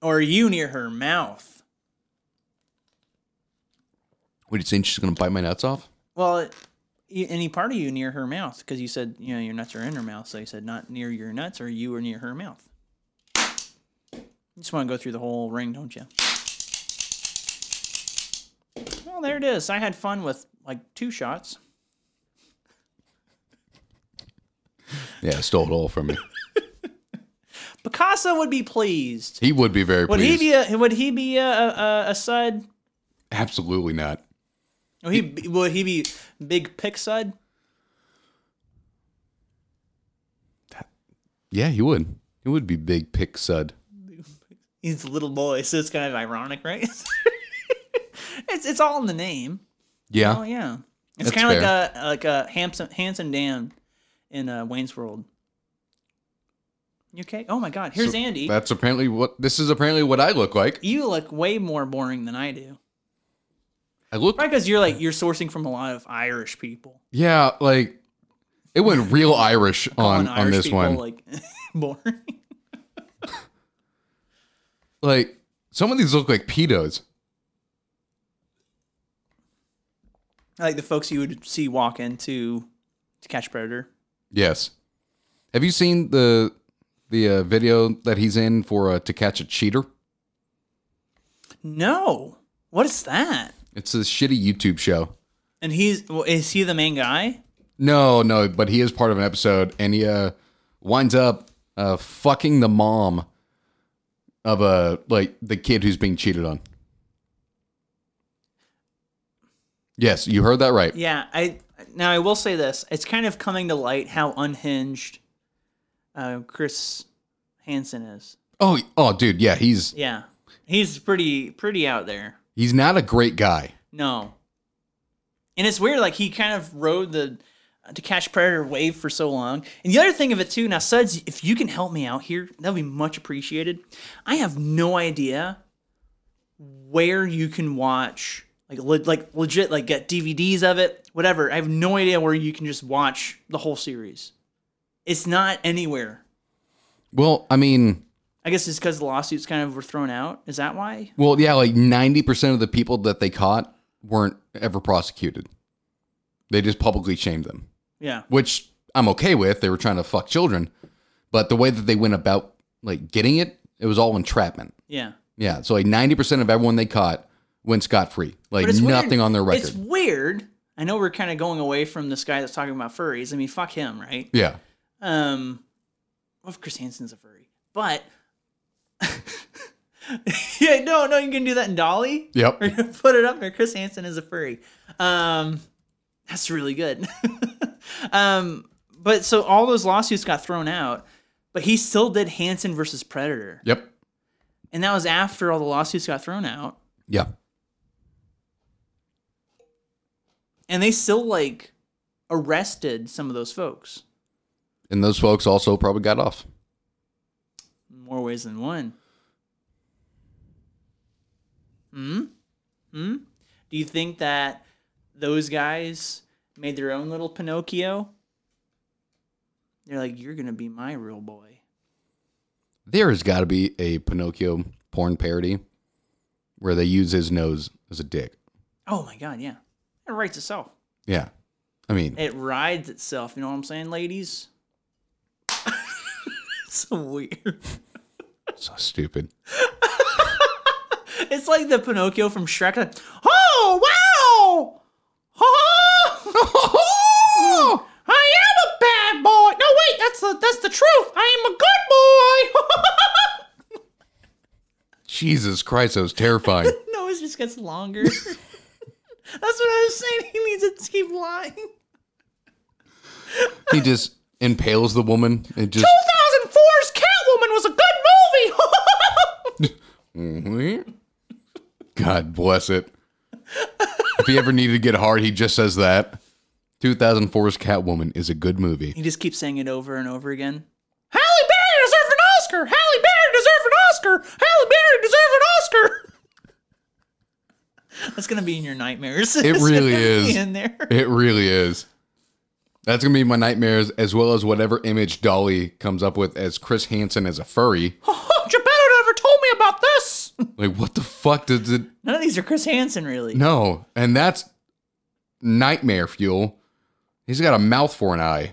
Or you near her mouth?
What are you saying? She's gonna bite my nuts off?
Well, it, y- any part of you near her mouth? Because you said you know your nuts are in her mouth, so you said not near your nuts, or you were near her mouth. You just want to go through the whole ring, don't you? Well, there it is. I had fun with like two shots.
Yeah, stole it all from me.
Picasso would be pleased.
He would be very
Would
pleased.
he be a would he be a a, a, a sud?
Absolutely not.
Would he be- would he be big pick sud?
Yeah, he would. He would be big pick sud.
He's a little boy, so it's kind of ironic, right? it's it's all in the name.
Yeah.
Oh yeah, it's
That's
kind of like a like a handsome handsome Dan in uh, Wayne's World. You okay? Oh my God! Here's
So
Andy.
That's apparently what this is apparently what I look like.
you look way more boring than I do,
I look
right? Because you're like you're sourcing from a lot of Irish people.
yeah, like it went real Irish on
Calling
on this one. Like,
like boring.
some of these look like pedos.
like the folks you would see walk into to catch a predator.
Yes. Have you seen the the uh, video that he's in for uh, to catch a cheater?
No, what is that?
It's a shitty YouTube show.
And he's well, is he the main guy?
No, no, but he is part of an episode, and he uh, winds up uh, fucking the mom of a like the kid who's being cheated on. Yes, you heard that right.
Yeah, I now I will say this: it's kind of coming to light how unhinged uh, Chris Hansen is.
Oh, oh, dude, yeah, he's
Yeah, he's pretty pretty out there.
he's not a great guy.
No, and it's weird. Like he kind of rode the uh, to catch predator wave for so long. And the other thing of it too, now Suds, if you can help me out here, that'll be much appreciated. I have no idea where you can watch like le- like legit like get DVDs of it, whatever. I have no idea where you can just watch the whole series. It's not anywhere.
Well, I mean,
I guess it's because the lawsuits kind of were thrown out. Is that why?
well, yeah, like ninety percent of the people that they caught weren't ever prosecuted. They just publicly shamed them.
Yeah.
which I'm okay with. They were trying to fuck children, but the way that they went about like getting it, it was all entrapment.
Yeah.
Yeah, so like ninety percent of everyone they caught went scot free, like
But it's
nothing
weird.
on their record.
It's weird. I know we're kind of going away from this guy that's talking about furries. I mean, fuck him, right?
yeah,
Um, what if Chris Hansen's a furry? But yeah, no, no, you can do that in Dolly.
yep.
We're gonna put it up there. Chris Hansen is a furry. Um, that's really good. um, but so all those lawsuits got thrown out, but he still did Hansen versus Predator,
Yep.
and that was after all the lawsuits got thrown out.
Yeah.
and they still like arrested some of those folks
And those folks also probably got off.
in more ways than one. Hmm? Hmm? Do you think that those guys made their own little Pinocchio? They're like, you're going to be my real boy.
There has got to be a Pinocchio porn parody where they use his nose as a dick.
Oh my God, yeah. It writes itself.
Yeah. I mean,
It rides itself. You know what I'm saying, ladies? so weird.
so stupid.
It's like the Pinocchio from Shrek. Like, oh wow! Oh, I am a bad boy. No wait, that's the that's the truth. I am a good
Jesus Christ, that was terrifying.
boy. no, it just gets longer. that's what I was saying. He needs to keep lying.
he just impales the woman and just
2004's Catwoman was a good movie.
Mm-hmm. God bless it. if he ever needed to get hard, he just says that. 2004's Catwoman is a good movie.
he just keeps saying it over and over again. Halle Berry deserved an Oscar. Halle Berry deserved an Oscar. Halle Berry deserved an Oscar. That's gonna be in your nightmares.
It
It's
really
gonna be
is.
in there.
It really is. That's gonna be my nightmares, as well as whatever image Dolly comes up with as Chris Hansen as a furry.
Oh, Geppetto never told me about this.
Like, what the fuck does it?
None of these are Chris Hansen, really.
No, and that's nightmare fuel. He's got a mouth for an eye.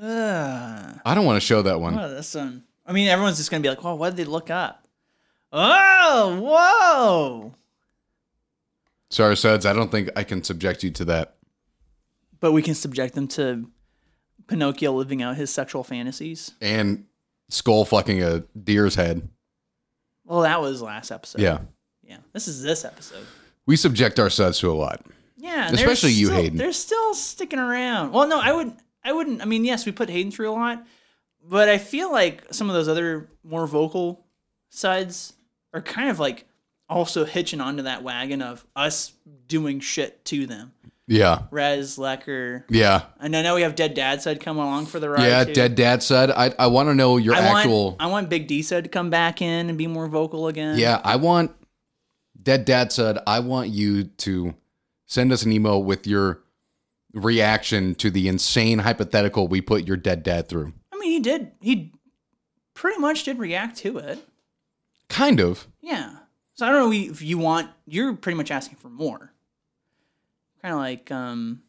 Ugh.
I don't want to show that one.
Oh, this one. I mean, everyone's just gonna be like, "Well, what did they look up?" Oh, whoa!
Sorry, Suds. I don't think I can subject you to that.
But we can subject them to Pinocchio living out his sexual fantasies.
And skull fucking a deer's head.
Well, that was last episode.
Yeah,
yeah. This is this episode.
we subject our Suds to a lot.
Yeah, and they're
Especially you,
still-
Hayden.
They're still sticking around. Well, no, I wouldn't. I wouldn't. I mean, yes, we put Hayden through a lot, but I feel like some of those other more vocal sides are kind of like also hitching onto that wagon of us doing shit to them.
Yeah,
Rez, Lecker,
yeah,
and I know we have Dead Dad side coming along for the ride.
yeah.
too.
Dead dad Sud. I I want to know your
I want,
actual.
I want Big D side to come back in and be more vocal again.
Yeah, I want Dead Dad said, I want you to send us an email with your reaction to the insane hypothetical we put your dead dad through.
I mean, he did. He pretty much did react to it.
Kind of.
Yeah. So I don't know if you want. You're pretty much asking for more. Kind of like um,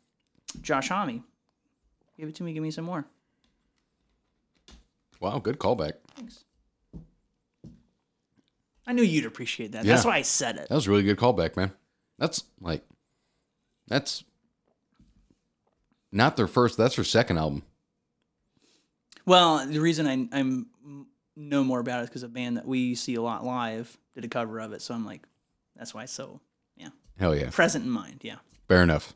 Josh Homme. Give it to me. Give me some more.
Wow, good callback.
Thanks. I knew you'd appreciate that. That's
Yeah.
why I said it.
That was a really good callback, man. That's like that's not their first, that's their second album.
Well, the reason I, I'm know more about it is because a band that we see a lot live did a cover of it. So I'm like, that's why it's so
Hell yeah.
present in mind. Yeah.
Fair enough.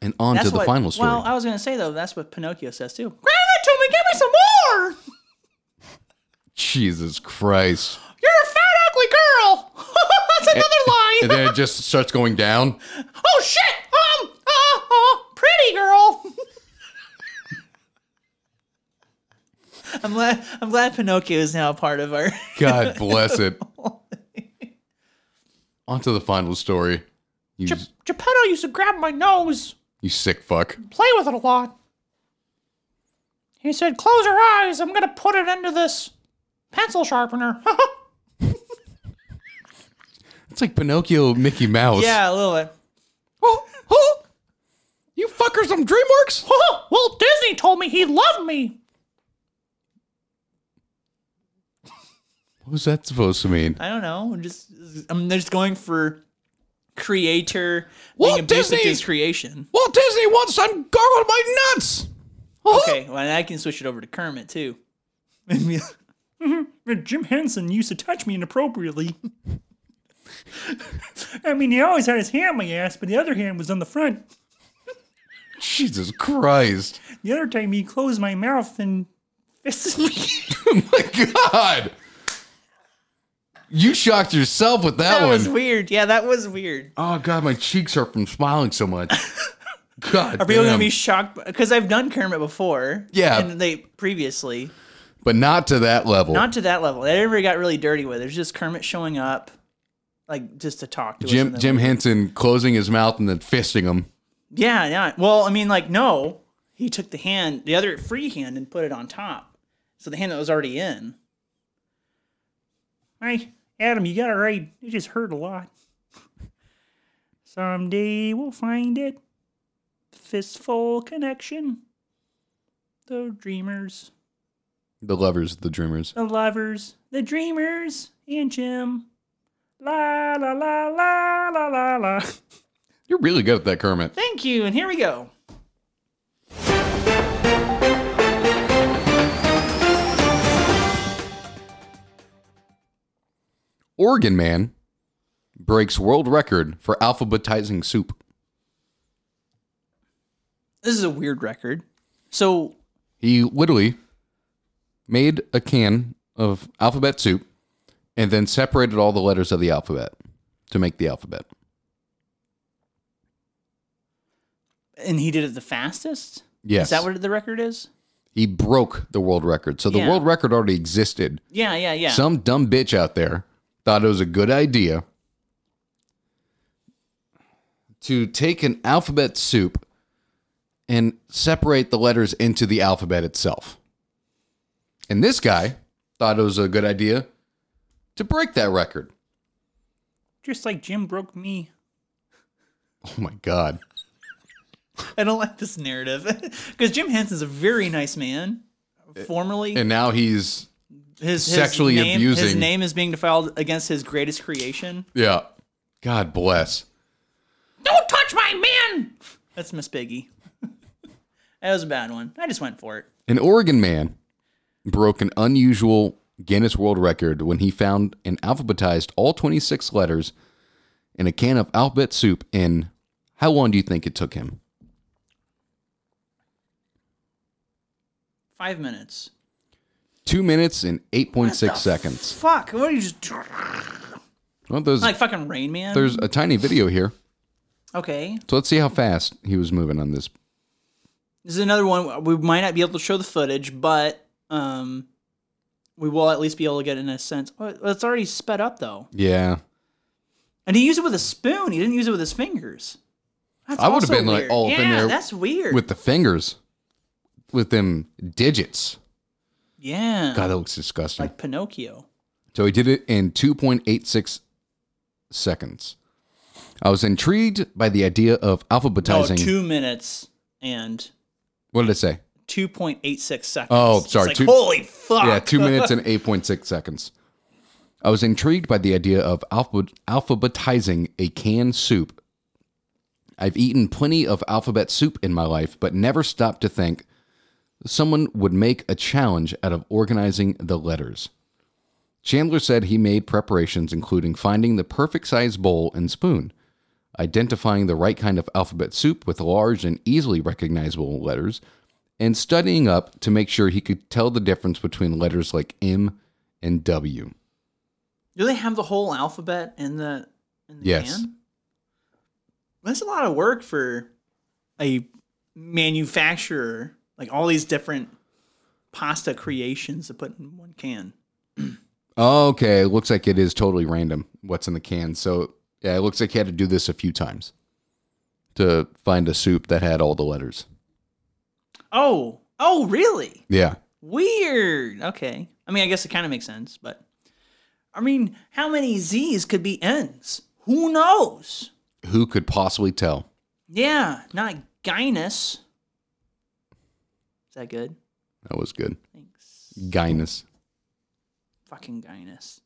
And on
That's
to the
what-
final story.
Well, I was gonna say though, that's what Pinocchio says too. Grab it to me. Give me some more.
Jesus Christ.
You're a fat, ugly girl. That's another
And
lie.
then it just starts going down.
oh shit. Um. Uh, uh, pretty girl. I'm glad. I'm glad Pinocchio is now a part of our.
God bless it. On to the final story. You,
Geppetto used to grab my nose,
you sick fuck.
play with it a lot. He said, "Close your eyes. I'm gonna put it into this pencil sharpener."
It's like Pinocchio Mickey Mouse.
yeah, a little bit.
Oh, oh. You fuckers from DreamWorks?
Walt Disney told me he loved me.
What was that supposed to mean?
I don't know. I'm just I'm just going for creator
Walt
being abusive to
Disney!
his creation.
Walt Disney once ungargled my nuts. Oh.
Okay, well and I can switch it over to Kermit too. And be like, Jim Henson used to touch me inappropriately. I mean, he always had his hand on my ass, but the other hand was on the front.
Jesus Christ.
The other time, he closed my mouth and fisted me.
Oh my God. You shocked yourself with that,
that
one.
was weird. Yeah, that was weird.
Oh God, my cheeks hurt from smiling so much. God
Are people
damn.
gonna be shocked? Because I've done Kermit before.
Yeah.
and they previously.
but not to that level.
Not to that level. They never got really dirty with it. It's just Kermit showing up, like just to talk to us.
Jim
and then-
Jim Henson closing his mouth and then fisting him.
Yeah, yeah. Well, I mean, like no, he took the hand, the other free hand, and put it on top. So the hand that was already in. Hey, Adam, you got it right. It just hurt a lot. Someday we'll find it. Fistful connection. The dreamers.
The lovers, the dreamers.
the lovers, the dreamers, and Jim. La la la la la la la.
You're really good at that, Kermit.
Thank you, and here we go.
Oregon man breaks world record for alphabetizing soup.
This is a weird record. So
He literally made a can of alphabet soup and then separated all the letters of the alphabet to make the alphabet.
and he did it the fastest?
Yes.
Is that what the record is?
he broke the world record. So the
Yeah.
world record already existed.
Yeah, yeah, yeah.
Some dumb bitch out there thought it was a good idea to take an alphabet soup and separate the letters into the alphabet itself. And this guy thought it was a good idea to break that record.
Just like Jim broke me.
Oh my God.
I don't like this narrative because Jim Henson's a very nice man. Formerly,
Uh, And now he's,
his, his
sexually
name, His
abusing-
name is being defiled against his greatest creation.
yeah. God bless.
Don't touch my man. That's Miss Piggy. that was a bad one. I just went for it.
An Oregon man broke an unusual Guinness World Record when he found and alphabetized all 26 letters in a can of alphabet soup in how long do you think it took him?
Five minutes.
Two minutes and 8.6 seconds.
Fuck. What are you just
Well, there's,
like fucking Rain Man?
there's a tiny video here.
okay.
So let's see how fast he was moving on this.
This is another one we might not be able to show the footage, but um, we will at least be able to get in a sense. Oh, It's already sped up though,
Yeah.
and he used it with a spoon. He didn't use it with his fingers. That's
I would've
also
been, like,
weird.
all up in
Yeah,
there
That's weird.
With the fingers, with them digits.
yeah,
God, that looks disgusting.
like Pinocchio.
So he did it in 2.86 seconds. I was intrigued by the idea of
No,
alphabetizing.
Oh, two minutes and
what did it say?
two point eight six seconds.
Oh,
It's
sorry,
like,
two-
holy fuck.
Yeah, two minutes and 8.6 seconds. I was intrigued by the idea of alphabet, alphabetizing a canned soup. I've eaten plenty of alphabet soup in my life, but never stopped to think someone would make a challenge out of organizing the letters. Chandler said he made preparations, including finding the perfect size bowl and spoon, identifying the right kind of alphabet soup with large and easily recognizable letters, and studying up to make sure he could tell the difference between letters like M and W.
Do they have the whole alphabet in the in the
Yes.
can? That's a lot of work for a manufacturer, like all these different pasta creations to put in one can.
Okay, it looks like it is totally random what's in the can. So, yeah, it looks like he had to do this a few times to find a soup that had all the letters.
Oh, oh, really?
Yeah.
Weird. Okay. I mean, I guess it kind of makes sense, but I mean, how many Z's could be N's? Who knows?
Who could possibly tell?
Yeah, not Gynus. Is that good?
That was good.
Thanks.
Guinness.
fucking Guinness.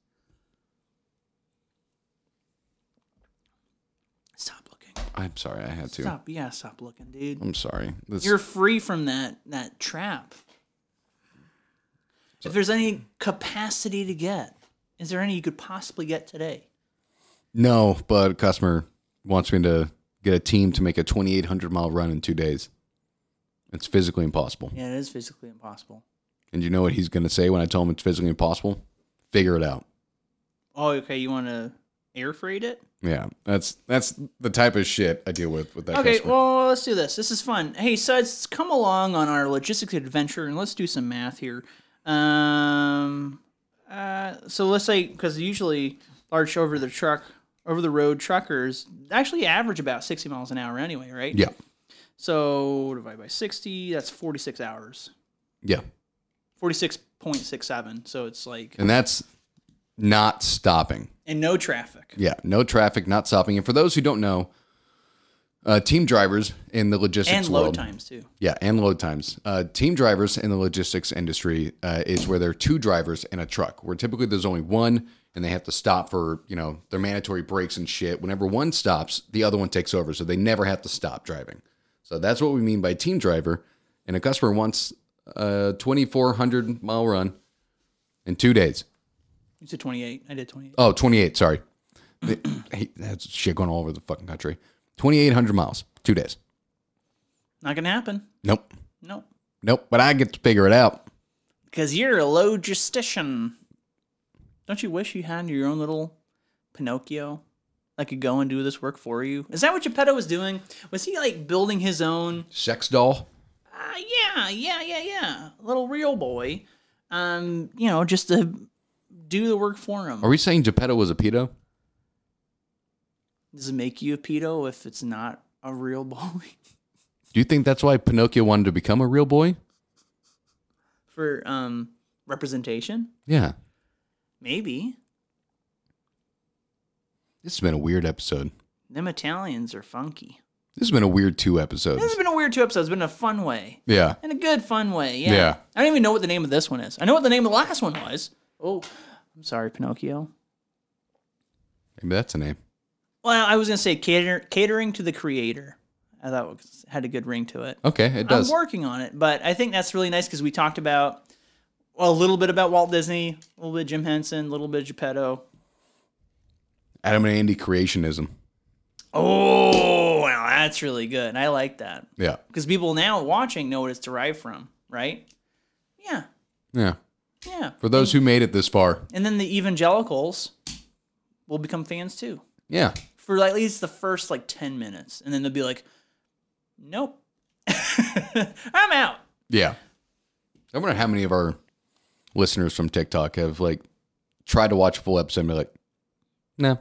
Stop looking.
I'm sorry, I had to.
Stop. Yeah, stop looking, dude.
I'm sorry. This
You're free from that that trap. If there's any capacity to get, is there any you could possibly get today?
no, but a customer wants me to get a team to make a 2,800 mile run in two days. It's physically impossible.
Yeah, it is physically impossible.
And you know what he's going to say when I tell him it's physically impossible? Figure it out.
Oh, okay. You want to air freight it?
Yeah, that's that's the type of shit I deal with with that
Okay,
customer.
well, let's do this. This is fun. Hey, Suds, come along on our logistics adventure and let's do some math here. Um, uh, so let's say, because usually large over the truck, over the road truckers actually average about 60 miles an hour anyway, right?
yeah,
So divide by 60, that's 46 hours,
yeah,
46.67. So it's like,
and that's not stopping.
and no traffic.
Yeah, no traffic, not stopping. And for those who don't know, uh, team drivers in the logistics
And load
world,
times, too.
Yeah, and load times. Uh, team drivers in the logistics industry uh, is where there are two drivers in a truck, where typically there's only one and they have to stop for, you know, their mandatory breaks and shit. Whenever one stops, the other one takes over. So they never have to stop driving. So that's what we mean by team driver. And a customer wants a 2,400 mile run in two days.
You said 28. I did 28.
Oh, 28, sorry. The- hey, that's shit going all over the fucking country. 2,800 miles, two days.
Not going to happen.
Nope.
Nope.
Nope. But I get to figure it out.
Because you're a logistician. Don't you wish you had your own little Pinocchio that could go and do this work for you? Is that what Geppetto was doing? Was he like building his own?
Sex doll.
Uh, yeah, yeah, yeah, yeah. Little real boy. Um, you know, just to do the work for him.
Are we saying Geppetto was a pedo?
Does it make you a pedo if it's not a real boy?
Do you think that's why Pinocchio wanted to become a real boy?
For um representation?
Yeah.
Maybe.
This has been a weird episode.
Them Italians are funky.
This has been a weird two
This has
episodes.
been a weird two episodes, but in a fun way.
Yeah.
In a good fun way, yeah.
Yeah.
I don't even know what the name of this one is. I know what the name of the last one was. Oh, I'm sorry, Pinocchio.
Maybe that's a name.
Well, I was gonna say cater- catering to the creator. I thought it was, had a good ring to it.
Okay, it does.
I'm working on it, but I think that's really nice because we talked about well, a little bit about Walt Disney, a little bit Jim Henson, a little bit Geppetto.
Adam and Andy creationism.
Oh, wow, that's really good. I like that
Yeah.
because people now watching know what it's derived from, right? Yeah,
Yeah.
yeah.
For those who made it this far.
And then the evangelicals will become fans too
Yeah.
for like, at least the first like ten minutes, and then they'll be like, "Nope, I'm out."
Yeah. I wonder how many of our listeners from TikTok have like tried to watch a full episode and be like, nah,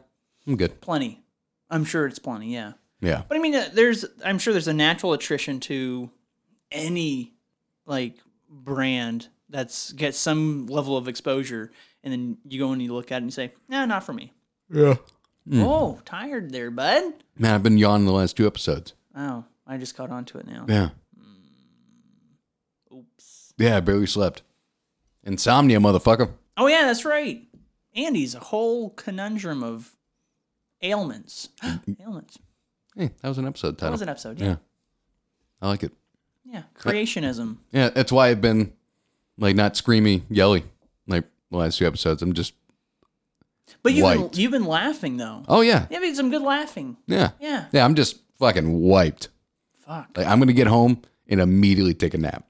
I'm good.
Plenty, I'm sure it's plenty. Yeah.
Yeah.
But I mean, uh, there's I'm sure there's a natural attrition to any like brand that's gets some level of exposure, and then you go and you look at it and you say, "No, not for me."
Yeah.
Oh, tired there, bud.
Man, I've been yawning the last two episodes.
Oh, I just caught on to it now.
Yeah.
Oops.
Yeah, I barely slept. Insomnia, motherfucker.
Oh yeah, that's right. Andy's a whole conundrum of ailments. ailments.
Hey, that was an episode
That
title.
was an episode.
Yeah.
Yeah.
I like it.
Yeah. Creationism.
Yeah, that's why I've been like not screamy, yelly like the last few episodes. I'm just,
But you've been,
White.
you've been laughing though.
oh yeah,
Yeah, we had some good laughing.
yeah,
Yeah.
yeah. I'm just fucking wiped.
Fuck.
Like I'm gonna get home and immediately take a nap.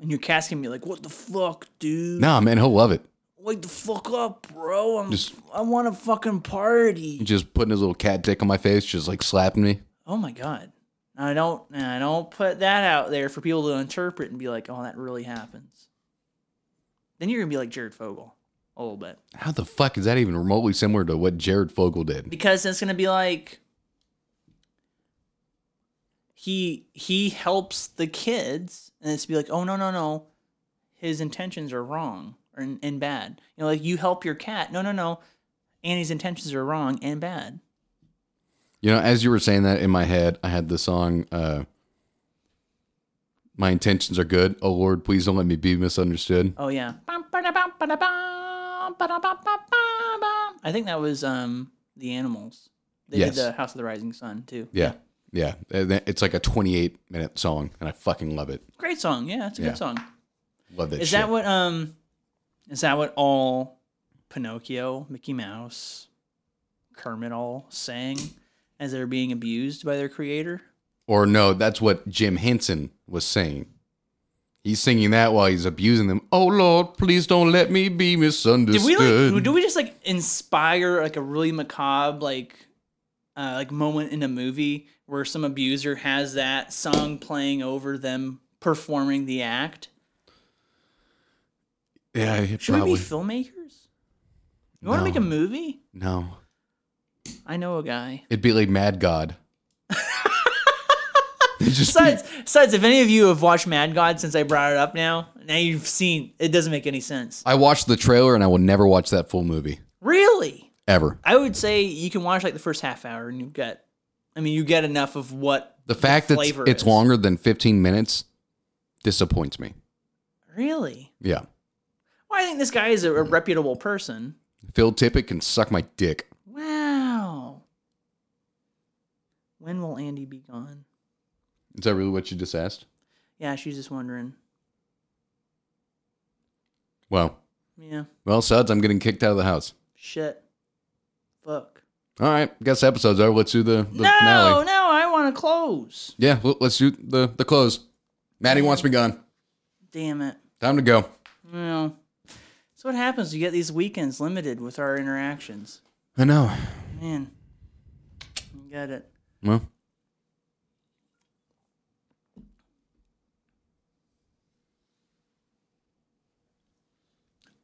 And your cat's gonna be like, "What the fuck, dude?
Nah, man, he'll love it.
Wake the fuck up, bro! I'm
Just-
I want a fucking party."
Just putting his little cat dick on my face, just like slapping me.
Oh my god! I don't I don't put that out there for people to interpret and be like, "Oh, that really happens." Then you're gonna be like Jared Fogle a little bit
How the fuck is that even remotely similar to what Jared Fogle did?
because it's gonna be like he he helps the kids and it's be like, "Oh no no no, his intentions are wrong or, and bad." You know, like you help your cat. No no no. Annie's intentions are wrong and bad.
You know, as you were saying that in my head, I had the song. uh My intentions are good. Oh Lord, please don't let me be misunderstood.
Oh yeah. I think that was um the animals. They
Yes.
did the House of the Rising Sun too.
Yeah, yeah. And that- It's like a 28 minute song, and I fucking love it.
Great song. Yeah, it's a
Yeah.
good song.
Love that.
Is
shit.
that what um is that what all Pinocchio, Mickey Mouse, Kermit all sang as they're being abused by their creator?
Or no, that's what Jim Henson was saying. He's singing that while he's abusing them. Oh Lord, please don't let me be
Did we
misunderstood.
like do we just like inspire like a really macabre like uh like moment in a movie where some abuser has that song playing over them performing the act?
yeah, it
Should
probably.
we be filmmakers? You want to
No.
make a movie?
no,
I know a guy.
it'd be like Mad God. It'd just be-
Besides, besides, if any of you have watched Mad God since I brought it up now, now you've seen it doesn't make any sense.
I watched the trailer and I will never watch that full movie
Really?
ever.
I would say you can watch like the first half hour and you get I mean you get enough of what
The fact that it's,
flavor
it's
is.
longer than 15 minutes disappoints me.
really.
Yeah,
Well, I think this guy is a, a reputable person.
Phil Tippett can suck my dick.
Wow. When will Andy be gone?
Is that really what you just asked?
Yeah, she's just wondering.
Well,
Yeah.
well, suds, I'm getting kicked out of the house.
Shit. Fuck.
All right, guess the episode's over. Let's do the, the
no,
finale.
no, I want to close.
Yeah, well, let's do the the close. Maddie wants me gone.
Damn it.
Time to go.
No. So what happens? You get these weekends limited with our interactions.
I know.
Man. You got it.
Well,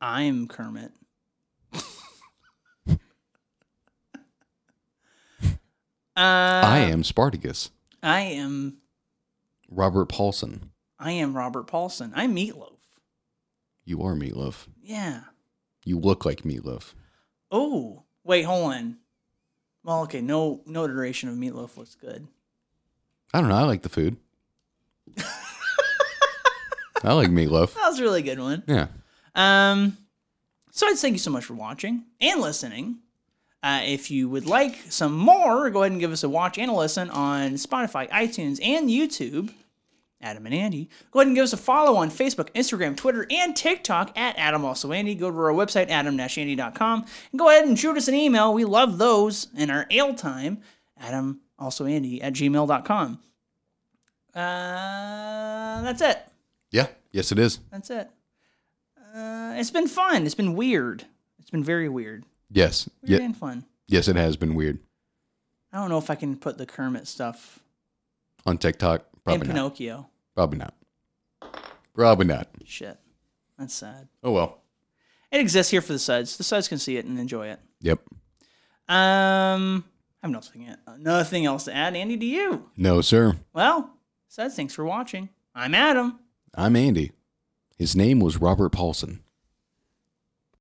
I'm Kermit. Uh,
I am Spartacus.
I am.
Robert Paulson.
I am Robert Paulson. I'm Meatloaf.
You are meatloaf.
Yeah.
You look like meatloaf.
Oh, wait, hold on. Well, okay, no, no iteration of Meatloaf looks good.
I don't know. I like the food. I like meatloaf.
That was a really good one.
Yeah.
Um, so I'd thank you so much for watching and listening. Uh, if you would like some more, go ahead and give us a watch and a listen on Spotify, iTunes, and YouTube. Adam and Andy. Go ahead and give us a follow on Facebook, Instagram, Twitter, and TikTok at Adam Also Andy. Go to our website, adam-andy.com, and go ahead and shoot us an email. We love those in our ale time, Adam Also Andy at gmail.com. Uh, that's it.
Yeah. Yes, it is.
That's it. Uh, it's been fun. It's been weird. It's been very weird.
Yes.
Weird
Ye-
and fun.
yes, it has been weird.
I don't know if I can put the Kermit stuff
On TikTok,
in
probably not.
Pinocchio.
Probably not. Probably not.
Shit. That's sad.
Oh, well.
It exists here for the suds. The suds can see it and enjoy it.
Yep.
Um, I have nothing, uh, nothing else to add, Andy, to you.
No, sir.
Well, suds, thanks for watching. I'm Adam.
I'm Andy. His name was Robert Paulson.